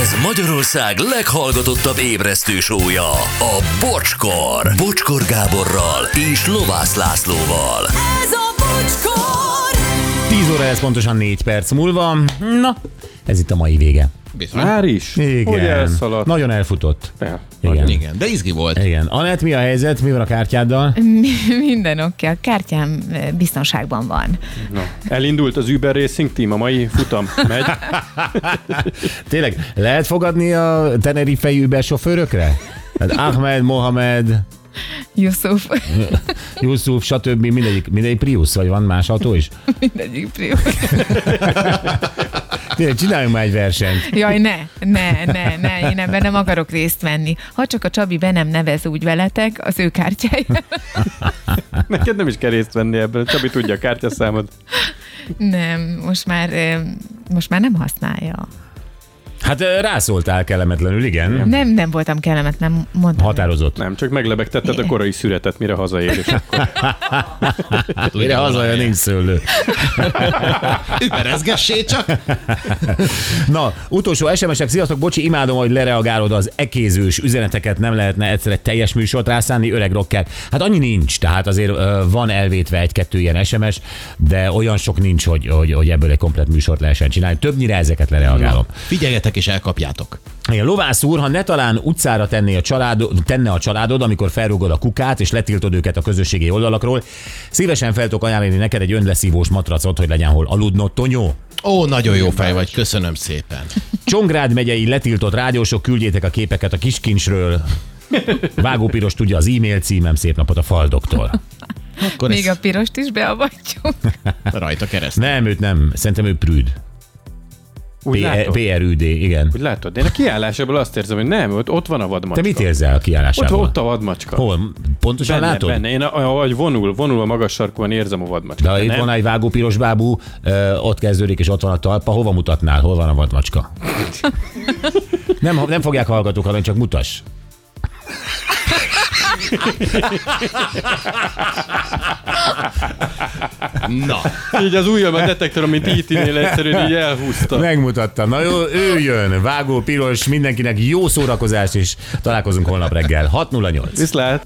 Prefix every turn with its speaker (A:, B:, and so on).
A: Ez Magyarország leghallgatottabb ébresztő sója, a Bocskor. Bocskor Gáborral és Lovász Lászlóval.
B: Ez a bocskor!
C: 10 óra, ez pontosan 4 perc múlva. Na, ez itt a mai vége.
D: Bizony.
E: Már is?
C: Igen.
E: Hogy elszaladt?
C: Nagyon elfutott.
E: El.
C: Igen. Igen.
D: Igen, de izgi volt.
C: Igen. Anett, mi a helyzet? Mi van a kártyáddal?
F: Minden oké, a kártyám eh, biztonságban van.
E: Na. Elindult az Uber Racing Team, a mai futam megy.
C: Tényleg, lehet fogadni a Tenerife Uber sofőrökre? Tehát Ahmed, Mohamed,
F: Yusuf,
C: Yusuf, stb. Mindegyik, mindegyik Prius, vagy van más autó is?
F: mindegyik prió.
C: Tényleg, csináljunk már egy versenyt.
F: Jaj, ne, ne, ne, ne, én ebben nem akarok részt venni. Ha csak a Csabi be nem nevez úgy veletek, az ő kártyája.
E: Neked nem is kell részt venni ebben, Csabi tudja a kártyaszámod.
F: Nem, most már, eh, most már nem használja.
C: Hát ö, rászóltál kellemetlenül, igen.
F: Nem, nem voltam kellemetlen, mondtam.
C: Határozott.
E: Nem, csak meglebegtetted a korai szüretet, mire hazaér. És
C: Mire hazaja nincs szőlő.
D: Überezgessé csak.
C: Na, utolsó SMS-ek, sziasztok, bocsi, imádom, hogy lereagálod az ekézős üzeneteket, nem lehetne egyszer egy teljes műsort rászánni, öreg rocker. Hát annyi nincs, tehát azért ö, van elvétve egy-kettő ilyen SMS, de olyan sok nincs, hogy, hogy, hogy ebből egy komplet műsort lehessen csinálni. Többnyire ezeket lereagálom.
D: Figyeljetek és elkapjátok.
C: Igen, Lovász úr, ha ne talán utcára tenné a család, tenne a családod, amikor felrúgod a kukát és letiltod őket a közösségi oldalakról, szívesen feltok ajánlani neked egy önleszívós matracot, hogy legyen hol aludnod, Tonyó.
D: Ó, nagyon jó fej vagy, köszönöm szépen.
C: Csongrád megyei letiltott rádiósok, küldjétek a képeket a kiskincsről. Vágópiros tudja az e-mail címem, szép napot a faldoktól.
D: Akkor
F: Még a
D: ezt
F: pirost is beavatjuk.
D: rajta kereszt.
C: Nem, őt nem, szerintem ő prűd. E-
E: úgy látod?
C: PRÜD, igen.
E: Úgy látod? De én a kiállásából azt érzem, hogy nem, ott, ott van a
C: Te
E: vadmacska.
C: mit érzel a
E: Ott,
C: kiállásával?
E: ott a vadmacska.
C: Hol? Pontosan
E: Benne,
C: látod?
E: benne. Én ahogy vonul, vonul a magas sarkon, érzem a vadmacskát.
C: De itt
E: nem?
C: van egy vágópiros bábú, ö, ott kezdődik, és ott van a talpa. Hova mutatnál? Hol van a vadmacska? Nem, nem fogják hallgatók, hanem csak mutas.
D: Na,
E: Így az ujjam a detektor, amit IT-nél egyszerűen így elhúzta.
C: Megmutatta. Na jó, ő jön. Vágó, piros, mindenkinek jó szórakozást, és találkozunk holnap reggel. 608.
E: Viszlát!